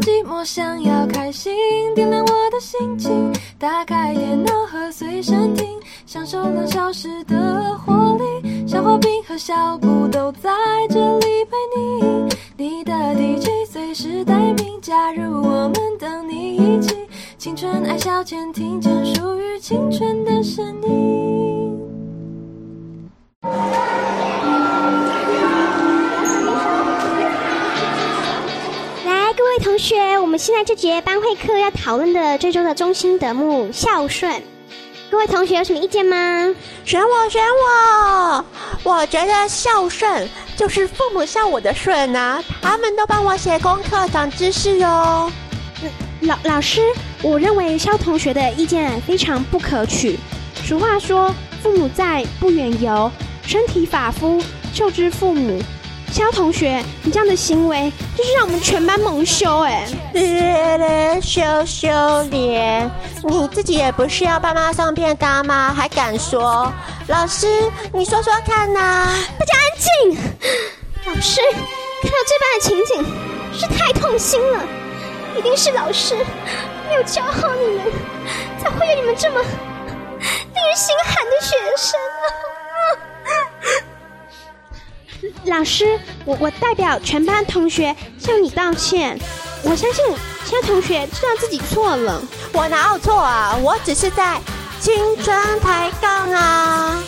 寂寞，想要开心，点亮我的心情，打开电脑和随身听，享受两小时的活力。小花瓶和小布都在这里陪你，你的 DJ 随时待命，加入我们，等你一起。青春爱消遣，听见属于青春的声音。来，各位同学，我们现在这节班会课要讨论的最终的中心德目孝顺，各位同学有什么意见吗？选我，选我！我觉得孝顺就是父母孝我的顺啊，他们都帮我写功课、长知识哦。老老师，我认为肖同学的意见非常不可取。俗话说，父母在，不远游，身体发肤受之父母。肖同学，你这样的行为就是让我们全班蒙羞哎！日呃日羞羞脸，你自己也不是要爸妈送便当吗？还敢说？老师，你说说看呐、大家安静。老师，看到这般的情景，是太痛心了。一定是老师没有教好你们，才会有你们这么令人心寒的学生啊！老师，我我代表全班同学向你道歉。我相信现在同学知道自己错了。我哪有错啊？我只是在青春抬杠啊！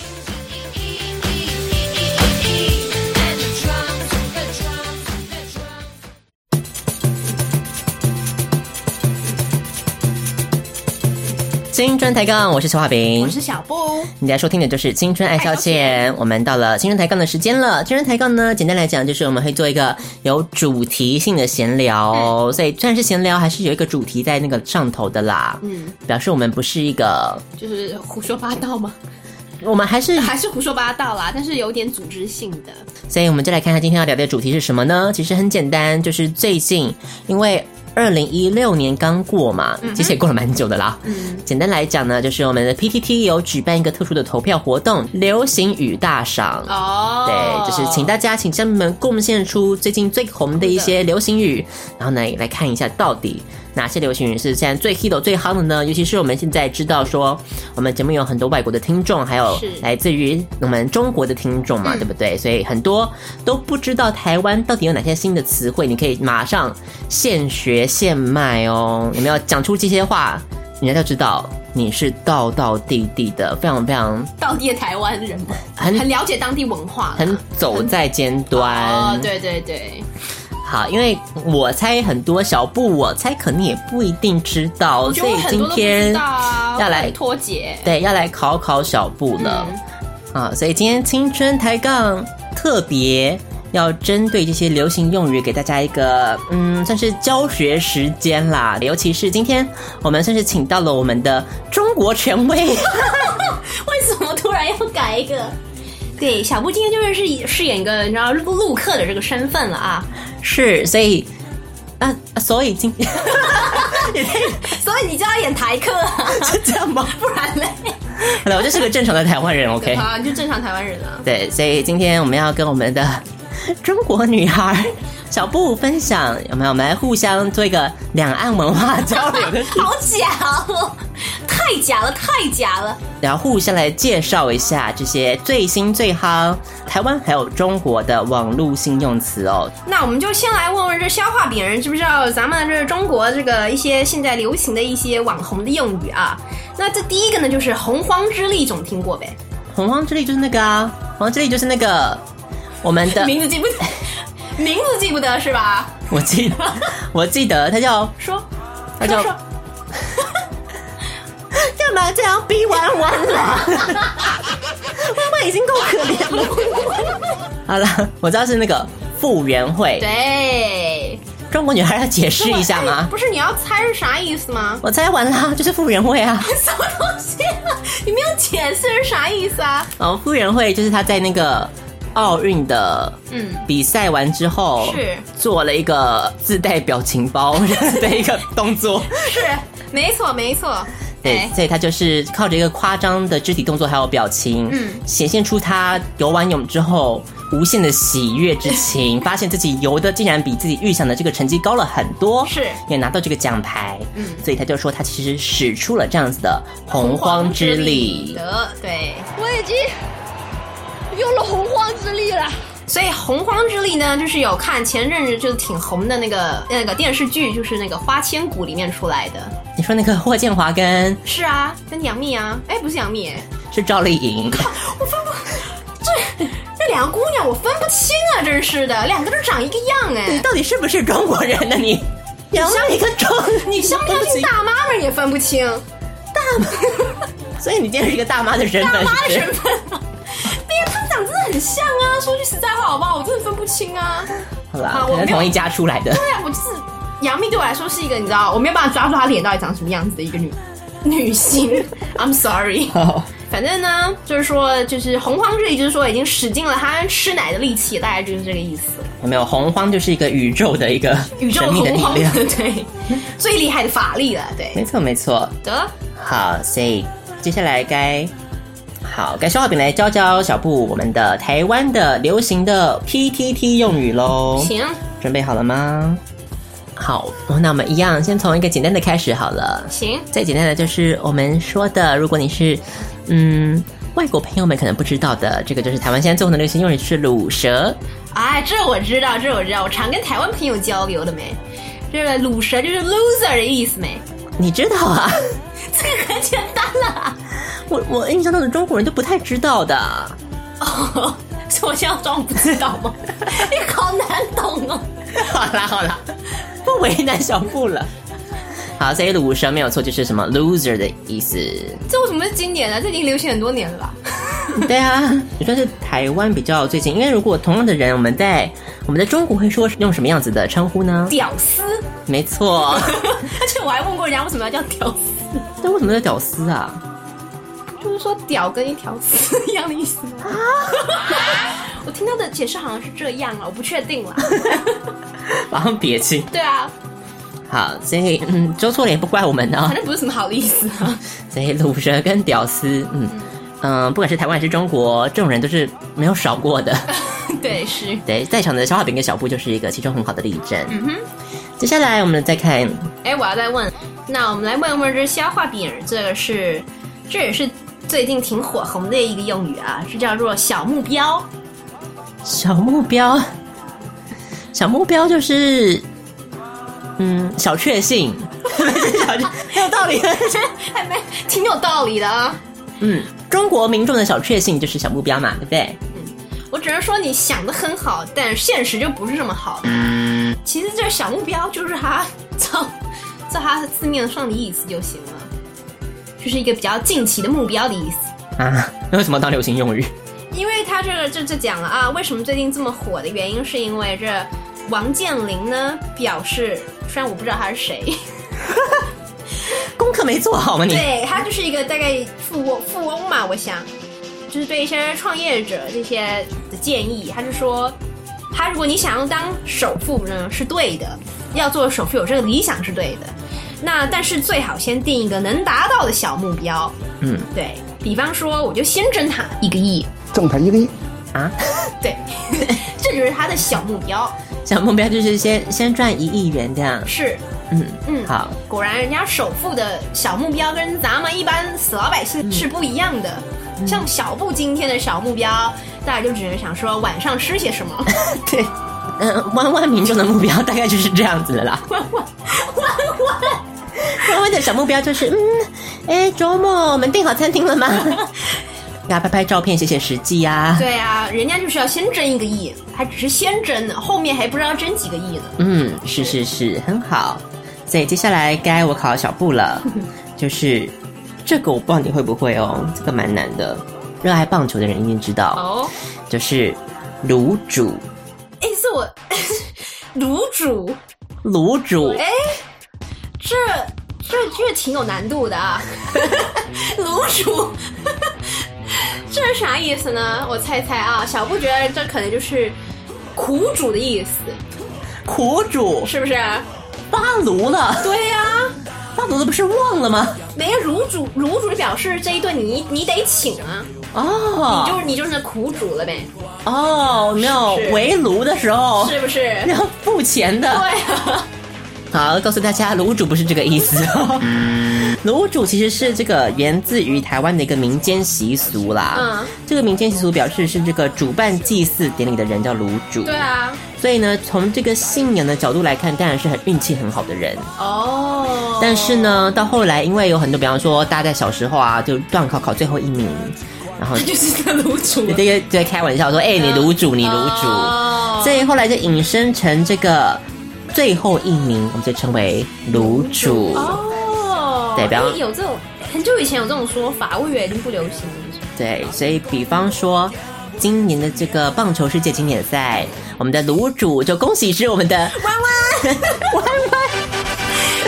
青春抬杠，我是小画饼我。是小布，你在收听的就是《青春爱消遣》，我们到了青春抬杠的时间了。青春抬杠呢，简单来讲就是我们会做一个有主题性的嗯闲聊，所以虽然是闲聊，还是有一个主题在那个上头的啦。嗯，表示我们不是一个，就是胡说八道吗？我们 还是，还是胡说八道啦，但是有点组织性的。所以我们就来看看今天要聊的主题是什么呢？其实很简单，就是最近因为。二零一六年刚过嘛，其实也过了蛮久的啦。嗯，简单来讲呢，就是我们的 PTT 有举办一个特殊的投票活动——流行语大赏。哦，对，就是请大家请家人们贡献出最近最红的一些流行语，然后呢来看一下到底哪些流行语是现在最 hit 的、最夯的呢？尤其是我们现在知道说，我们节目有很多外国的听众，还有是嗯来自于我们中国的听众嘛，对不对？所以很多都不知道台湾到底有哪些新的词汇，你可以马上现学现卖哦。你们要讲出这些话，人家就知道你是道道地地的，非常非常当地的台湾人嘛，很很了解当地文化啦，很走在尖端。哦，对对对，好，因为我猜很多小布，我猜可能也不一定知道，我觉所得以我很今多都不知天道啊，要来我很脱节。对要来考考小布了、嗯啊！所以今天青春抬杠特别要针对这些流行用语，给大家一个嗯，算是教学时间啦。尤其是今天我们算是请到了我们的中国权 威，为什么突然要改一个？对，小布今天就是饰饰演一个你知道陆客的这个身份了啊，是所以啊，所以今 也太所以你就要演台客啊， 是这样吗？ 不然嘞，好了，我就是个正常的台湾人，OK。啊，你就正常台湾人啊。对，所以今天我们要跟我们的 中国女孩 小布分享，有没有？我们来互相做一个两岸文化交 流的，好假哦，太假了，太假了。然后互相来介绍一下这些最新最夯台湾还有中国的网络新用词哦。那我们就先来问问这消化饼人知不知道咱们这中国这个一些现在流行的一些网红的用语啊？那这第一个呢，就是洪荒之力，总听过呗？洪荒之力就是那个啊，洪荒之力就是那个我 们的，名字记不，名字记不得 是吧？我记得， 我记得他叫说，他说叫说，干嘛这样逼弯弯啦？弯弯已经够可怜了。 好了，我知道是那个傅园慧，对，中国女孩要解释一下哎吗？不是你要猜是啥意思吗？我猜完啦，就是傅园慧啊。 什么东西、啊？你没有解释是啥意思啊？哦，傅园慧就是她在那个奥运的嗯比赛完之后，是做了一个自带表情包 的一个动作。是，没错，没错。对哎，所以她就是靠着一个夸张的肢体动作还有表情，嗯显现出她游完泳之后无限的喜悦之 情，发现自己游的竟然比自己预想的这个成绩高了很多，是嗯也拿到这个奖牌，所以他就说他其实使出了这样子的洪荒之力。得对。我已经用了洪荒之力了。所以洪荒之力呢，就是有看前阵子就挺红的那个呃那个电视剧，就是那个《花千骨》里面出来的。你说那个霍建华跟是啊，跟杨幂啊，哎，不是杨幂，是赵 丽颖，这这两个姑娘我分不清啊，真是的，两个都长一个样你哎。到底是不是中国人呢、你杨幂跟中，你乡下去大妈们也分不清，所以你今天是一个大妈的身大份，妈的是不是身份 啊。对呀，他们长得真的很像啊！说句实在话，好不好？我真的分不清啊。好啊啦，我可能没有同一家出来的。对啊，我就是杨幂对我来说是一个你知道，我没有办法抓住她脸到底长什么样子的一个女女星。I'm sorry。 好，反正呢，就是说，就是洪荒之力，就是说已经使尽了他吃奶的力气，大概就是这个意思。有没有洪荒就是一个宇宙的一个宇宙神秘的洪力荒，量，嗯对， 最厉害的法力了，对。没错没错。得，好，所以接下来该好该消化饼来教教小布我们的台湾的流行的 PTT 用语喽。行，准备好了吗？好，那我们一样先从一个简单的开始好了。行，最简单的就是我们说的，如果你是嗯外国朋友们可能不知道的，这个就是台湾现在最红的流行用语是卤蛇。哎，这我知道，这我知道，我常跟台湾朋友交流的没。这个卤蛇就是 loser 的意思没？ 你知道啊？这个很简单啦，我我印象中的中国人都不太知道的。哦， 所以我现在装不知道吗？ 你好难懂哦。 好啦好啦， 不为难小布了。好，所以卤蛇没有错，就是什么 loser 的意思。这为什么是经典呢？这已经流行很多年了 吧？ 对啊，也算是台湾比较最近，因为如果同样的人，我们在我们在中国会说用什么样子的称呼 呢？屌丝，没 错，而且我还问过人家为什么要叫屌丝。但为什么叫屌丝 啊？就是说屌跟一条丝一样的意思吗？ 我听到的解释好像是这样啊了，我不确定 了。马上别清。对啊，好，所以嗯，说错了也不怪我们啊反。 正不是什么好的意思啊。所以卤蛇跟屌丝，嗯嗯、呃不管是台湾还是中国，这种人都是没有少过的。 对，是对，在场的小画饼跟小布就是一个其中很好的例证。嗯哼。接下来我们再看哎，我要再问，那我们来问问这消化饼，这个是，这也是最近挺火红的一个用语啊，是叫做小目标。小目标， 小目标就是，嗯，小确幸， 小确很有 道理。还没挺有道理的啊。嗯，中国民众的小确幸就是小目标嘛，对不对？我只能说你想的很好，但现实就不是这么好的。其实这小目标就是它，照照它字面上的意思就行了，就是一个比较近期的目标的意思。啊，那为什么当流行用语？因为他这个这这讲了啊，为什么最近这么火的原因，是因为这王健林呢表示，虽然我不知道他是谁，功课没做好吗你？对他就是一个大概富翁富翁嘛，我想，就是对一些创业者这些的建议，他是说，他如果你想要当首富呢是对的，要做首富有这个理想是对的，那但是最好先定一个能达到的小目标，嗯对比方说我就先挣他一个亿，挣他一个亿。啊，对，这就是他的小目标，小目标就是先先赚一亿元这样。是嗯嗯好，果然，人家首富的小目标跟咱们一般死老百姓是不一样的。像小布今天的小目标，大家就只能想说晚上吃些什么。 对，嗯、弯弯民众的目标大概就是这样子的啦。弯弯弯弯，弯弯的小目标就是，嗯，哎，周末我们订好餐厅了吗？ 给他拍拍照片，写写实际呀、啊。对啊，人家就是要先挣一个亿，还只是先挣呢，后面还不知道挣几个亿呢。嗯，是是是，很好。所以接下来该我考小布了，就是这个我不知道你会不会哦，这个蛮难的。热爱棒球的人一定知道，哦，就是卤煮，哎，是我 卤煮，卤煮，哎，这这这挺有难度的啊，卤煮， 这是啥意思呢？我猜猜啊，小布觉得这可能就是苦主的意思，苦煮，是不是？啊发炉了，对呀、发炉了不是忘了吗？没卤煮，卤煮表示这一顿你你得请啊，哦，你就你就是苦主了呗，哦，没有是围炉的时候是不 是？要付钱的。对啊，好，告诉大家，卤煮不是这个意思 哦。卤煮其实是这个源自于台湾的一个民间习俗啦。嗯这个民间习俗表示是这个主办祭祀典礼的人叫卤煮。对啊，所以呢，从这个信仰的角度来看，当然是很运气很好的人。哦，但是呢，到后来因为有很多，比方说大家在小时候啊，就段考考最后一名，然后就是个卤煮就这个就在开玩笑说：“哎、啊你卤煮，你卤煮。哦所以后来就引申成这个最后一名，我们就称为卤煮。哦，对比方因为有这种很久以前有这种说法，我以为已经不流行了。对，所以比方说。今年的这个棒球世界经典赛，我们的卤煮就恭喜是我们的弯弯，弯弯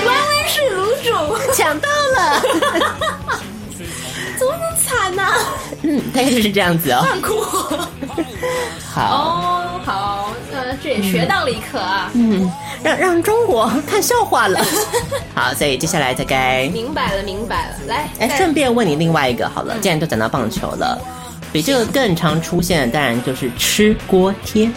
弯弯是卤 煮，抢到 了，怎么那么惨啊呢、嗯，大概就是这样子哦。很酷。好，哦，好，呃，这也学到了一课啊，嗯让让中国看笑话 了。好，所以接下来大概明白了，明白了。来，哎，再顺便问你另外一个好了，嗯既然都讲到棒球了，比这个更常出现的当然就是吃锅贴。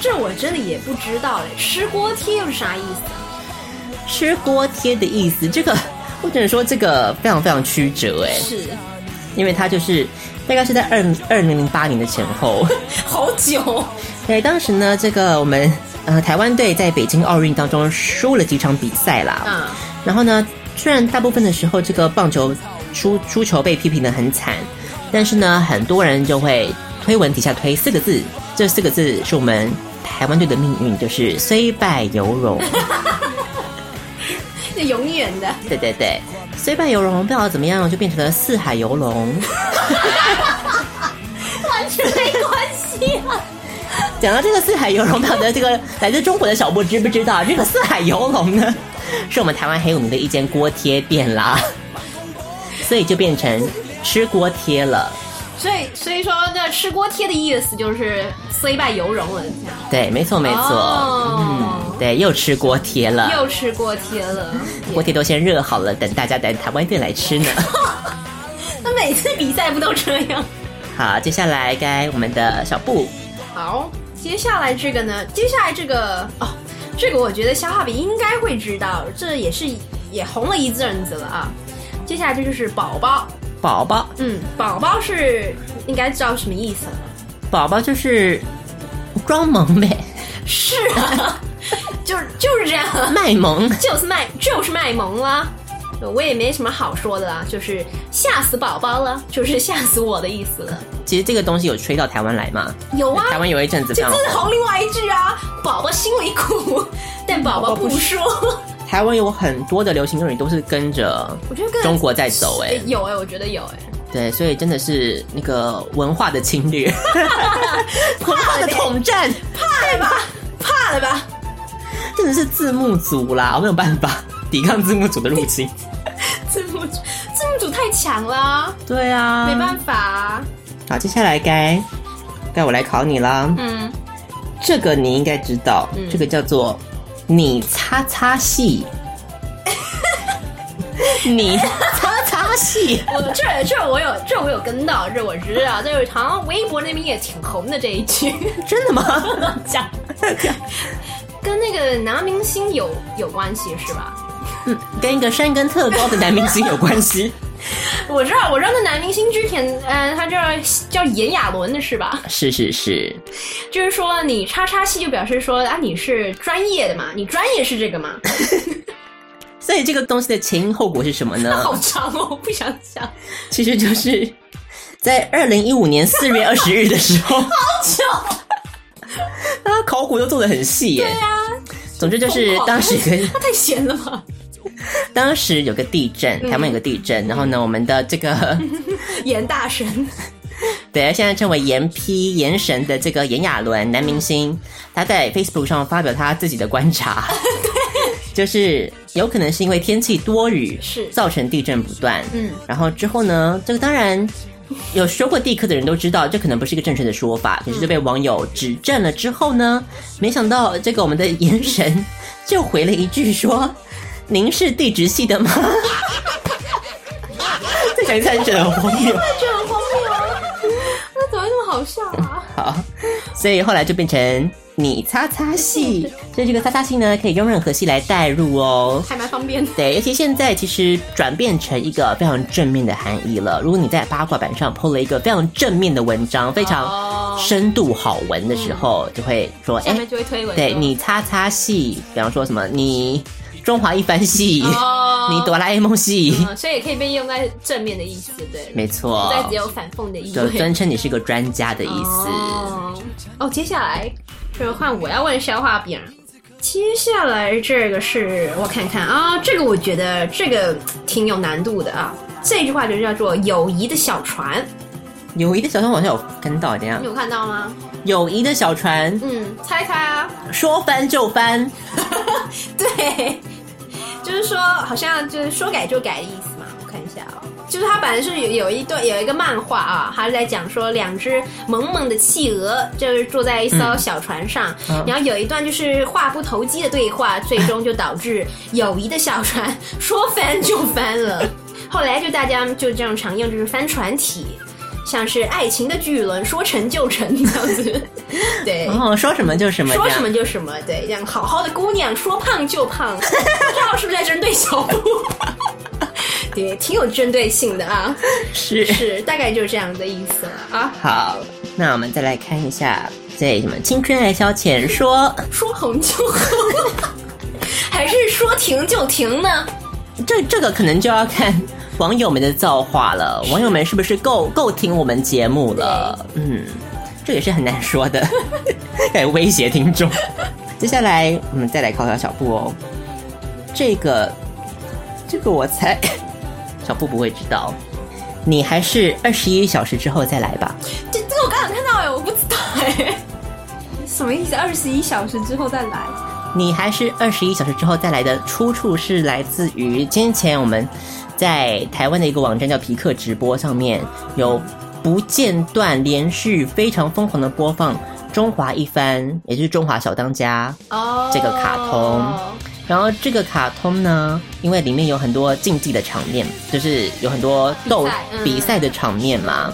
这我真的也不知道嘞，吃锅贴又是啥意思？吃锅贴的意思，这个 我只能说这个非常非常曲折哎，是因为它就是大概是在二二零零八年的前后， 好久，对，当时呢，这个我们呃台湾队在北京奥运当中输了几场比赛啦，嗯然后呢，虽然大部分的时候这个棒球输输球被批评的很惨，但是呢，很多人就会推文底下推四个字，这四个字是我们台湾队的命运，就是虽败犹荣。那永远的。对对对，虽败犹荣，不知道怎么样就变成了四海游龙。 完全没关系啊！讲到这个四海游龙，不晓得这个来自中国的小波知不知道，这个四海游龙呢，是我们台湾很有名的一间锅贴店 啦，所以就变成吃锅贴了。所以，所以说那吃锅贴的意思就是虽败犹荣了，这样对，没错没错，哦嗯，对，又吃锅贴了，又吃锅贴了。锅贴都先热好了，等大家等台湾店来吃 呢。那每次比赛不都这样？好，接下来该我们的小布，好，接下来这个呢？接下来这个哦，这个我觉得消化饼应该会知道，这也是也红了一阵子了啊。接下来这就是宝宝，宝宝，嗯，宝宝是应该知道什么意思了。宝宝就是装 萌呗，是啊， 就是就是这样啊。卖萌。就是卖就是卖萌啦，我也没什么好说的啦，就是吓死宝宝了，就是吓死我的意思了。其实这个东西有吹到台湾来嘛？有啊，台湾有一阵子就非常真的红另外一句啊，宝宝心里苦，但宝宝不说。 台湾有很多的流行用语都是跟着我觉得跟中国在走哎、哎有哎、我觉得有哎、对，所以真的是那个文化的侵 略，文化的统战，怕了吧，怕了吧，真的是字幕组啦，我没有办法抵抗字幕组的入侵。字幕组字幕组太强了啊，对啊，没办法啊、好，接下来该该我来考你啦。嗯，这个你应该知道，嗯这个叫做你擦擦 戏，你擦擦戏。我这这我有这我有跟到，这我知道，这好像微博那边也挺红的这一句。真的吗？讲跟那个男明星有有关系是吧？嗯，跟一个山根特高的男明星有关系。我知道，我知道那男明星之前，嗯、他叫叫炎亚纶的是吧？ 是是是，就是说你叉叉系就表示说啊你是专业的嘛，你专业是这个嘛？所以这个东西的前因后果是什么呢？好长哦，我不想讲，其实就是在二零一五年四月二十日的时 候，好久，他考古都做的很细耶。对啊，总之就是当时有个他太闲了吧？当时有个地震，台湾有个地震，然后呢，我们的这个严大神，对，现在称为严批严神的这个炎亚纶男明星，他在 Facebook 上发表他自己的观 察，就是有可能是因为天气多雨，是造成地震不断。嗯，然后之后呢，这个当然。有学过地科的人都知道，这可能不是一个正确的说嗯法，可是就被网友指正了之后呢，没想到这个我们的 严神就回了一句说：“您是地质系的吗？” 再想一下，你觉得很荒谬。这很荒谬啊！好笑啊！好，所以后来就变成你擦擦戏，所以这个擦擦戏呢，可以用任何戏来代入哦。还蛮方便的。对，尤其现在其实转变成一个非常正面的含义了。如果你在八卦版上 PO 了一个非常正面的文章，非哦常深度好文的时候，就会说，下哎、面就会推文说，对你擦擦戏，比方说什么你中华一番戏，哦，你哆啦 A 梦戏，嗯，所以也可以被用在正面的意思，对，没错不，再只有反讽的意就味。尊称你是个专家的意思。哦，哦接下来就换我要问消化饼。接下来这个是我看看啊、这个我觉得这个挺有难度的啊。这句话就叫做“友谊的小船友谊的小船好像有跟到，怎”，样你？有看到吗？友谊的小船嗯，猜猜啊。说翻就翻， 对，就是说好像就是说改就改的意思嘛。我看一下啊、就是它本来是有有一段有一个漫画啊，它是在讲说两只萌萌的企鹅就是坐在一艘小船上，嗯然后有一段就是话不投机的对话，最终就导致友谊的小船说翻就翻了。后来就大家就这样常用就是帆船体。像是爱情的巨轮，说沉就沉这样子，对，然后哦说什么就什么，说什么就什么，对，这样好好的姑娘说胖就胖， 不知道是不是在针对小布？ 对，挺有针对性的 啊，是是大概就是这样的意思了啊。好，那我们再来看一下这什么青春爱消遣说，说红就红， 还是说停就停呢？这这个可能就要看网友们的造 化了，网友们是不是够够听我们节目了？嗯，这也是很难 说的，来威胁听众。接下来我们再来考考小布哦，这个这个我猜 小布不会知道，你还是二十一小时之后再来吧。这这个我刚刚有看到哎，我不知道哎， 什么意思？二十一小时之后再来？你还是二十一小时之后再来的出处是来自于先前我们在台湾的一个网站叫皮克直播上面有不间断连续非常疯狂的播放《中华一番》，也就是《中华小当家》哦这个卡通然后这个卡通呢，因为里面有很多竞技的场面，就是有很多斗比赛嗯比赛的场面嘛。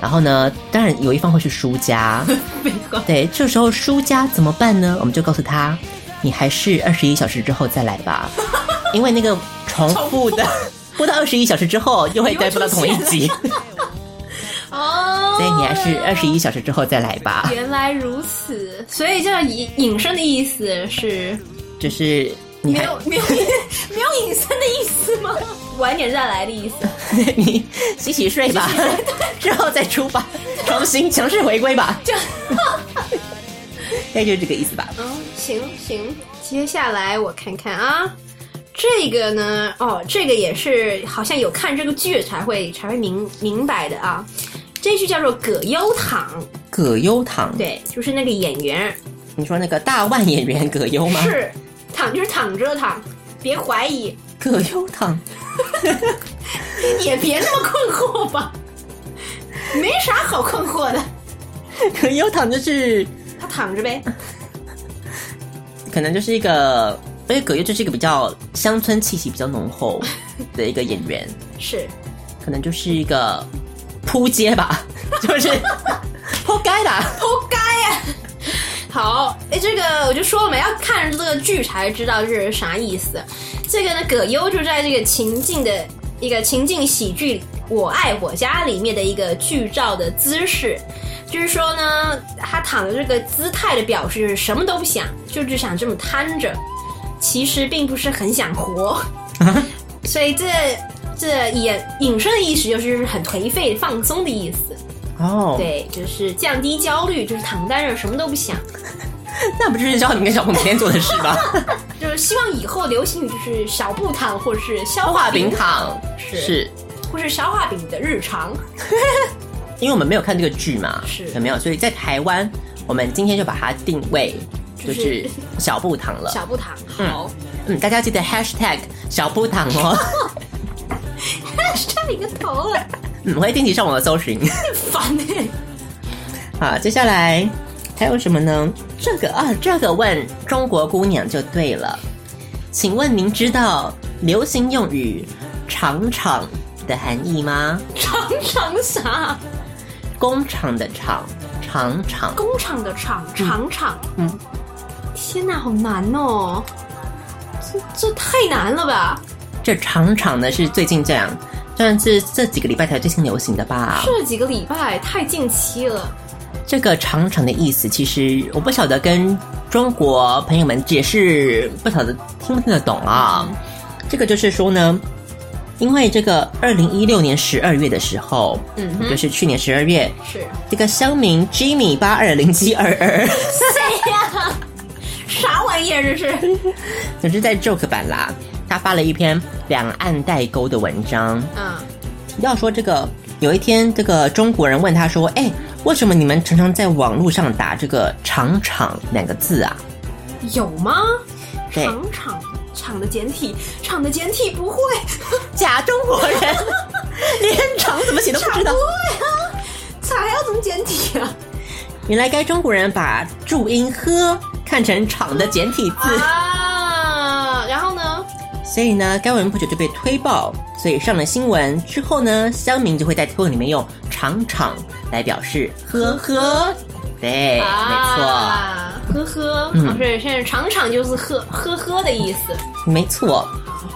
然后呢，当然有一方会是输家，废话，对，这时候输家怎么办呢？我们就告诉他，你还是二十一小时之后再来 吧，因为那个重复的播到二十一小时之后， 又会再播到同一集，哦，所以你还是二十一小时之后再来吧。原来如此，所以这个引引申的意思是就是你 没还有 没有没有隐身的意思吗？晚点再来的意思。你洗洗睡吧，之后再出 吧，重新强势回归吧， 这，大概就是这个意思吧。嗯，行行，接下来我看看啊，这个呢，哦，这个也是好像有看这个剧才会才会明明白的啊。这句叫做葛优躺，葛优躺，对，就是那个演员你说那个大腕演员葛优吗？是躺，就是躺着躺，别怀疑，葛优躺，也别那么困惑吧，没啥好困惑的，葛优躺就是他躺着呗。可能就是一个，而且葛优就是一个比较乡村气息比较浓厚的一个演员，是，可能就是一个扑街吧， 就是扑街啦。活该呀、好，哎，这个我就说我们要看这个剧才知道这是啥意思。这个呢，葛优就在这个情境的一个情境喜剧《我爱我家》里面的一个剧照的姿势，就是说呢，他躺的这个姿态的表示就是什么都不想，就只想这么瘫着，其实并不是很想活，所以这这也引申的意思就是很颓废、放松的意思。哦，对，就是降低焦虑，就是躺在那儿什么都不想，那不就是叫你跟小红每天做的事吧？就是希望以后流行语就是小步躺，或者是消化画饼饼，躺是是。或是消化饼的日常。因为我们没有看这个剧嘛，是有没有？所以在台湾，我们今天就把它定位就就是是小步堂了。小步躺，好，嗯，大家记得 hashtag 小步堂哦。这一个头了，嗯，我会定期上网的搜寻。烦哎、好，接下来还有什么呢？这个啊，这个问中国姑娘就对了。请问您知道流行用语“厂厂”的含义吗？常常啥？工厂的厂，厂厂工厂的厂，厂厂。嗯，天哪，好难哦！这这太难了吧？这厂厂呢是最近这样，算是这几个礼拜才最新流行的吧。这几个礼拜太近期了。这个厂厂的意思，其实我不晓得跟中国朋友们解释，不晓得听不听得懂啊。这个就是说呢，因为这个二零一六年十二月的时候，嗯哼就是去年十二月，是这个乡民 Jimmy 八二零七二二， 谁呀？啥玩意儿这 是？总之在 Joke 版啦，他发了一篇两岸代沟的文章，嗯，提到说这个有一天，这个中国人问他说：“哎，为什么你们常常在网络上打这个‘厂厂’两个字啊有吗？对厂厂厂的简体，厂的简体不会，？”假中国人连“厂”怎么写都不知道。 厂还要怎么简体啊？原来该中国人把注音“呵”看成“厂”的简体字，啊，然后呢？所以呢，该文不久就被推爆，所以上了新闻之后呢，乡民就会在推文里面用“厂厂”来表示“呵呵”。对，哎没啊，呵呵，嗯老师现在厂厂就是呵呵呵的意思，错，没错，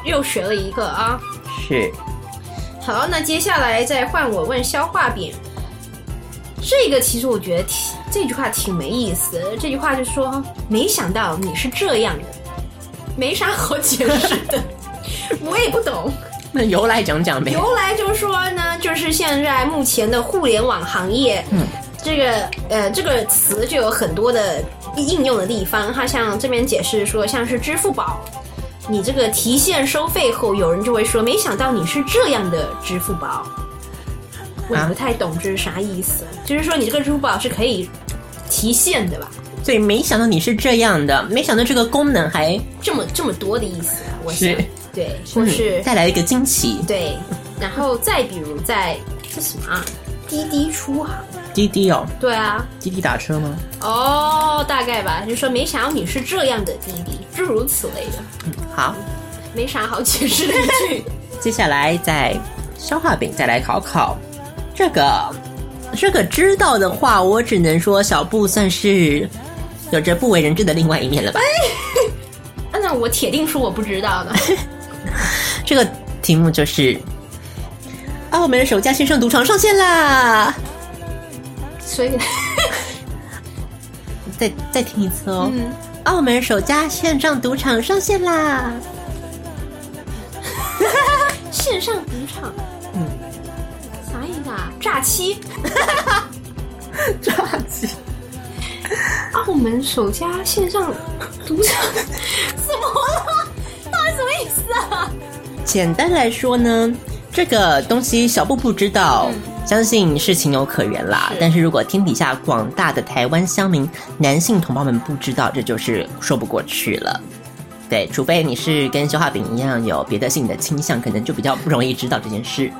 又学了一个啊。是好，那接下来再换我问消化饼。这个其实我觉得挺这句话挺没意思的。这句话就说没想到你是这样的，没啥好解释 的，我也不懂。那由来讲讲呗。由来就是说呢，就是现在目前的互联网行业，嗯，这个呃这个词就有很多的应用的地方。它像这边解释说，像是支付宝，你这个提现收费后，有人就会说，没想到你是这样的支付宝。我也不太懂这是啥意思，就是说你这个支付宝是可以提现的吧？对，没想到你是这样的，没想到这个功能还这么这么多的意思啊，我想是对，或是嗯带来一个惊奇。对，然后再比如在这什么啊，滴滴出行。滴滴哦，对啊，滴滴打车吗？哦，大概吧，就说没想到你是这样的弟弟，诸如此类的，好，没啥好解释的一 句。接下来再消化饼再来考考这个这个知道的话，我只能说小布算是有着不为人知的另外一面了吧。啊那我铁定说我不知道的。这个题目就是澳门首家线上赌场上线啦！ 所以，再再听一次哦。嗯澳门首家线上赌场上线啦！线上赌场，嗯，啥意思啊？诈欺？炸鸡。澳门首家线上赌场？怎么了？到底什么意思啊？简单来说呢，这个东西小布布知道，相信是情有可原啦。但是如果天底下广大的台湾乡民男性同胞们不知道，这就是说不过去了。对，除非你是跟消化饼一样有别的性的倾向，可能就比较不容易知道这件事。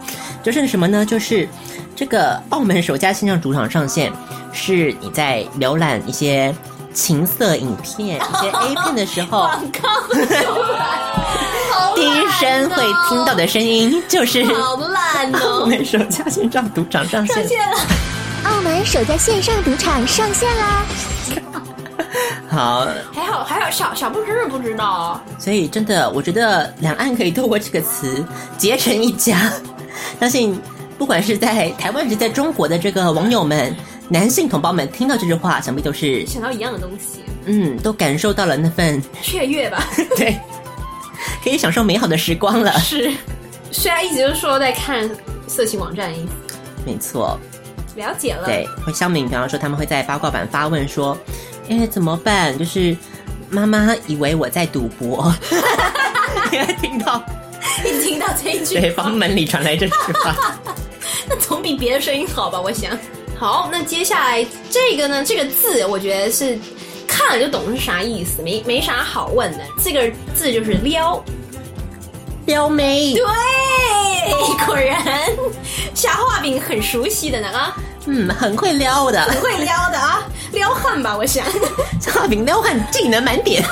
就是什么呢？就是这个澳门首家线上主场上线，是你在浏览一些情色影片、一些 A 片的时候，第一声会听到的声音就是啊好烂澳哦！门首家线上赌场上线。 见了，澳门首家线上赌场上线啦！好，还好还好，小小布真是不知道啊。所以真的，我觉得两岸可以透过这个词结成一家。 相信不管是在台湾还是在中国的这个网友们，男性同胞们听到这句话，想必都是想到一样的东西，嗯，都感受到了那份 雀跃吧。对，可以享受美好的时光 了。是，虽然一直都说在看色情网站，没错，了解了。对，会乡民比方说他们会在八卦版发问说，哎，怎么办？就是妈妈以为我在赌博， 因为听到一听到这一句对，房门里传来这句话，那总比别的声音好吧？我想。好，那接下来这个呢？这个字我觉得是看了就懂是啥意思，没没啥好问的。这个字就是“撩 撩妹”，对，果然小画饼很熟悉的呢啊，嗯，很会撩的，会撩的啊，撩 汉吧？我想，差评撩汉技能满点，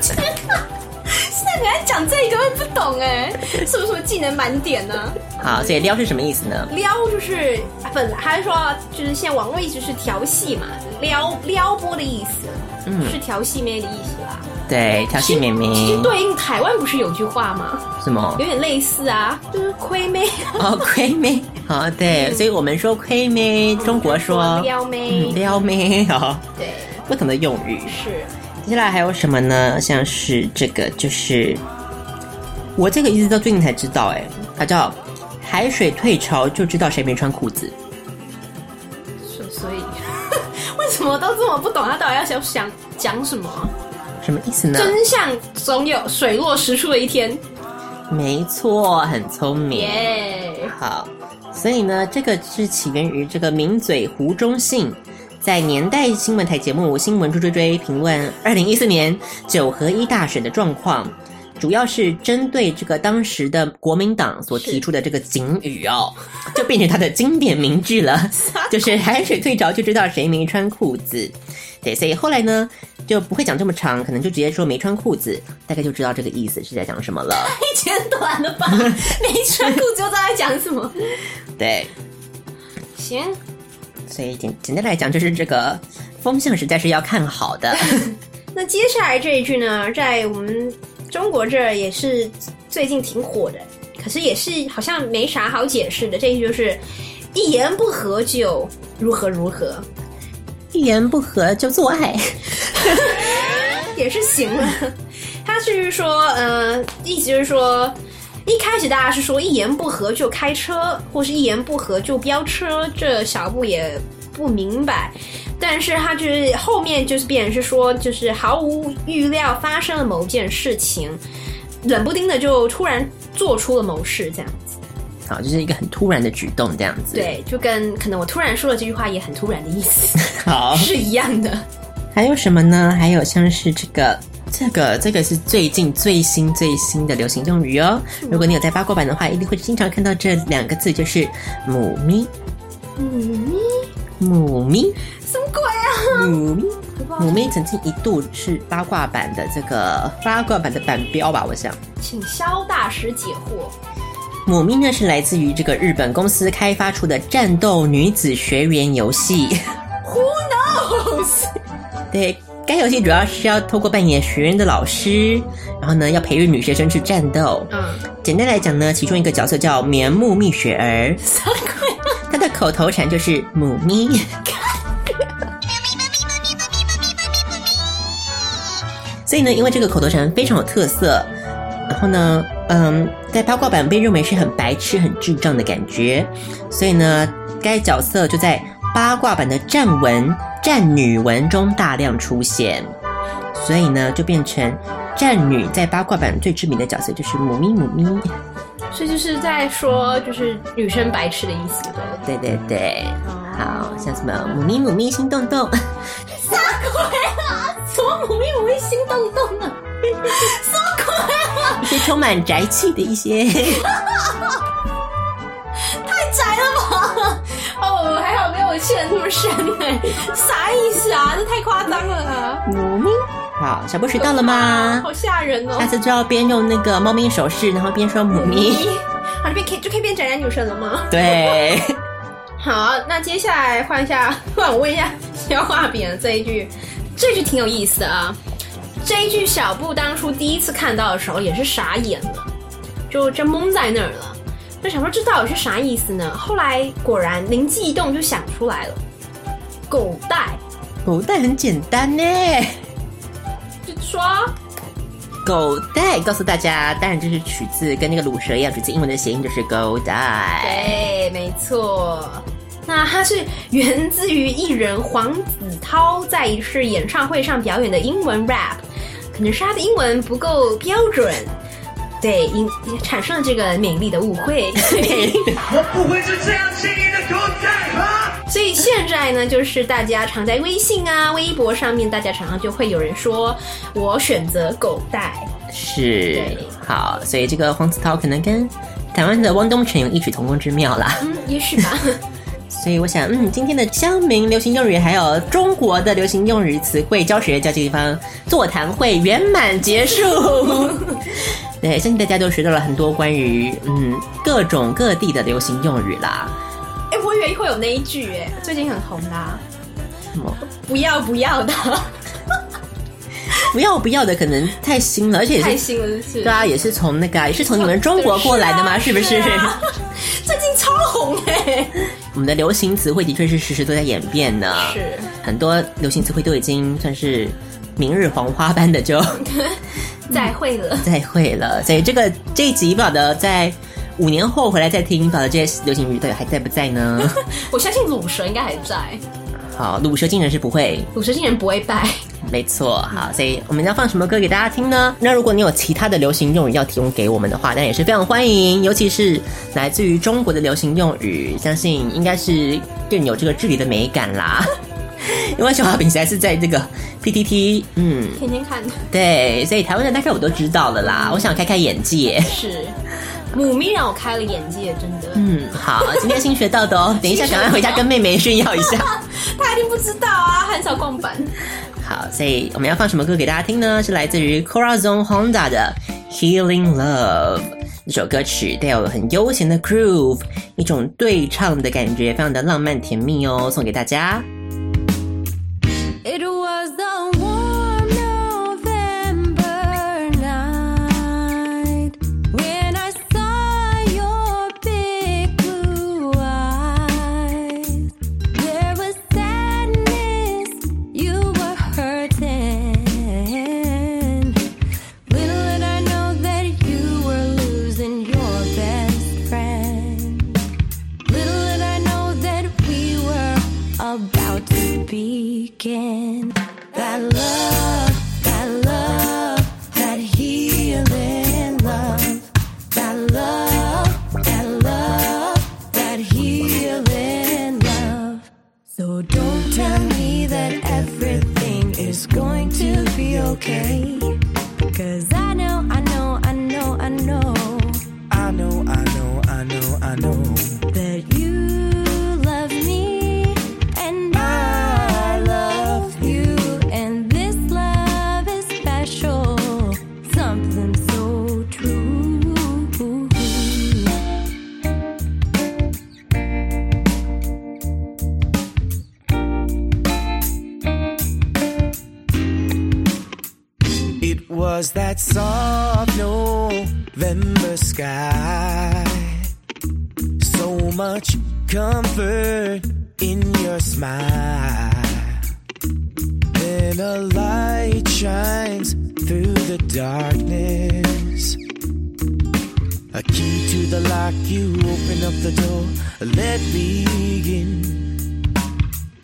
现在来讲这个我也不懂哎，是不是说技能满点呢、 好，所以撩是什么意思呢？撩就是本来还是说，就是现在网络一直是调戏嘛，撩撩拨的意思，嗯是调戏妹的意思啦。对，调戏妹妹，其实对应台湾不是有句话吗？什么有？点类似啊，就是亏妹，哦，亏妹，哦，对，所以我们说亏妹，中国说撩妹，嗯撩妹， 哦，对，不同的用语。是接下来还有什么呢？像是这个，就是我这个一直到最近才知道、哎，它叫海水退潮就知道谁没穿裤子。所所以。 为什么都这么不懂？他啊到底要想想讲什么？什么意思呢？真相总有水落石出的一天，没错，很聪明。耶！ 好，所以呢，这个是起源于这个名嘴胡忠信在年代新闻台节目《新闻追追追》评论二零一四年九合一大选的状况，主要是针对这个当时的国民党所提出的这个警语哦，就变成他的经典名句了，就是海水退潮就知道谁没穿裤子。对，所以后来呢就不会讲这么长，可能就直接说没穿裤子，大概就知道这个意思是在讲什么了。一剪短了吧？ 没穿裤子又在讲什么？对，行，所以简简单来讲，就是这个风向实在是要看 好的。那接下来这一句呢，在我们中国这儿也是最近挺火的，可是也是好像没啥好解释的。这一句就是一言不合就如何如何，一言不合就 做爱，也是行了。 他是说，呃，意思就是说，一开始大家是说一言不合就开车，或是一言不合就飙车，这小布也不明白。但是他就是后面就是变成是说，就是毫无预料发生了某件事情，冷不丁的就突然做出了某事，这样子。好，就是一个很突然的举动这样子。，对，就跟可能我突然说了这句话也很突然的意思好，是一样的。 还有什么呢？还有像是这个。这个这个是最近最新最新的流行用语哦。如果你有在八卦版的话，一定会经常看到这两个字，就是“母咪嗯，”。母咪，什么鬼啊？母咪，母咪曾经一度是八卦版的这个八卦版的版标吧，我想。请肖大师解惑。母咪呢是来自于这个日本公司开发出的战斗女子学员游戏。 Who knows？ 对，该游戏主要是要透过扮演学员的老师，然后呢要培育女学生去战斗。 嗯，简单来讲呢，其中一个角色叫棉木蜜雪儿，三块她的口头禅就是“母咪”。 所以呢，因为这个口头禅非常有特色，然后呢，嗯，在八卦版被认为是很白痴、很智障的感觉，所以呢，该角色就在八卦版的战文、战女文中大量出现，所以呢，就变成战女在八卦版最知名的角色就是母咪母咪。所以就是在说，就是女生白痴的意思，对不对？对对对，好像什么母咪母咪心动动，啥鬼啊？什么母咪母咪心动动呢？什么鬼啊？一些充满宅气的一 些，太宅了吧！哦，我还好没有陷那么深 哎、啥意思啊？这太夸张了啊！好，小布学到了吗？好吓人哦下！次就要边用那个猫咪手势，然后边说母咪。嗯啊好，这边可以就可以变宅男女生了吗？对，好，那接下来换一下，换我问一下 消化饼的这一句，这句挺有意思的啊。这一句小布当初第一次看到的时候也是傻眼了，就真懵在那儿了。就想说这到底是啥意思呢？后来果然灵机一动就想出来了，狗带，狗带很简单呢。就说狗带告诉大家，当然就是取自跟那个卤蛇一样，取自英文的谐音，就是狗带。对，哎没错。那它是源自于艺人黄子韬在一次演唱会上表演的英文 rap，可能是他的英文不够标准，对，因产生了这个美丽的误会。 不会是这样轻易的口袋吧？所以现在呢，就是大家常在微信啊、微博上面，大家常常就会有人说我选择狗带，是对，好，所以这个黄子韬可能跟台湾的汪东城有异曲同工之妙啦。 嗯，也许吧。所以我想，嗯，今天的乡民流行用语还有中国的流行用语词汇教学教这个地方座谈会圆满结束。 对，相信大家都学到了很多关于嗯各种各地的流行用语啦。哎，我以为会有那一句，哎，最近很红的啊、什么不要不要的，不要不要的，可能太新了，而且也太是新了，是不是对啊，也是从那个啊、也是从你们中国过来 的嘛，是不是？啊最近超红哎、我们的流行词汇的确是时时都在演变呢，是很多流行词汇都已经算是明日黄花般的就再会了。再会了。所以这个这一集不晓得在五年后回来再听，不晓得这些流行语到底还在不在呢？我相信鲁蛇应该还在，好，鲁蛇竟然是不会，鲁蛇竟然不会败。没错。好，所以我们要放什么歌给大家听呢？那如果你有其他的流行用语要提供给我们的话，那也是非常欢迎，尤其是来自于中国的流行用语，相信应该是更有这个距离的美感啦。 因为小花饼实在是在这个 PTT，嗯，天天看对，所以台湾的大概我都知道了啦。我想开开眼界，是母咪让我开了眼界，真的。嗯，好，今天新学到的哦。等一下，赶快回家跟妹妹炫耀一下。他一定不知道啊，很少逛板。好，所以我们要放什么歌给大家听呢？是来自于 Corazon Honda 的《Healing Love》这首歌曲，带有很悠闲的 groove，一种对唱的感觉，非常的浪漫甜蜜哦，送给大家。 It was the warm November night when I saw your big blue eyes. There was sadness, you were hurting. Little did I know that you were losing your best friend. Little did I know that we were about to begin. That love, that love, that healing love. That love, that love, that healing love. So don't tell me that everything is going to be okay. Cause I know, I know, I know, I know. I know, I know, I know, I know. that you love me and I love you, and this love is special, something so true. It was that soft November sky. So much comfort in your smile. Then a light shines through the darkness. A key to the lock, you open up the door, let me in.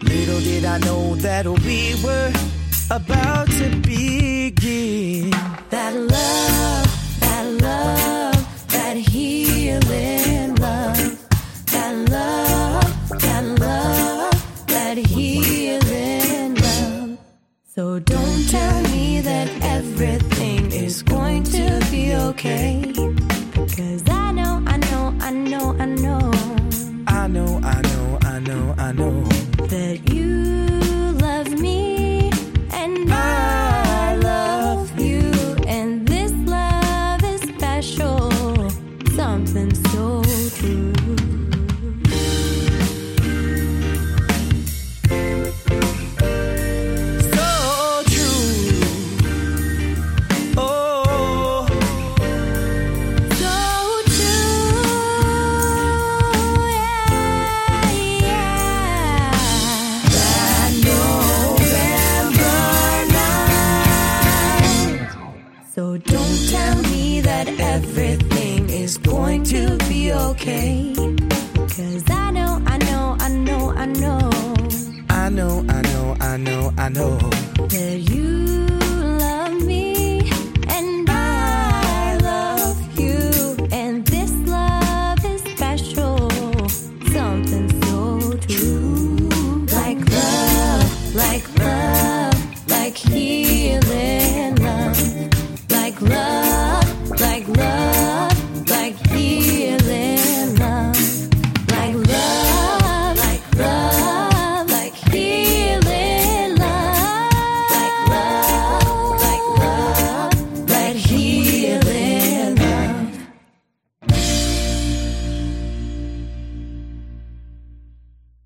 Little did I know that we were about to begin. That love, that love, that healing love, that love, that love, that healing love. So don't tell me that everything is going to be okay. Cause I know, I know, I know, I know I know, I know, I know, I know. that you love me and I love you, and this love is special, something so true. So true. Oh, So true, yeah, yeah. So don't tell me that everything is going to be okay. Cause I know, I know, I know, I know I know, I know, I know, I know. that you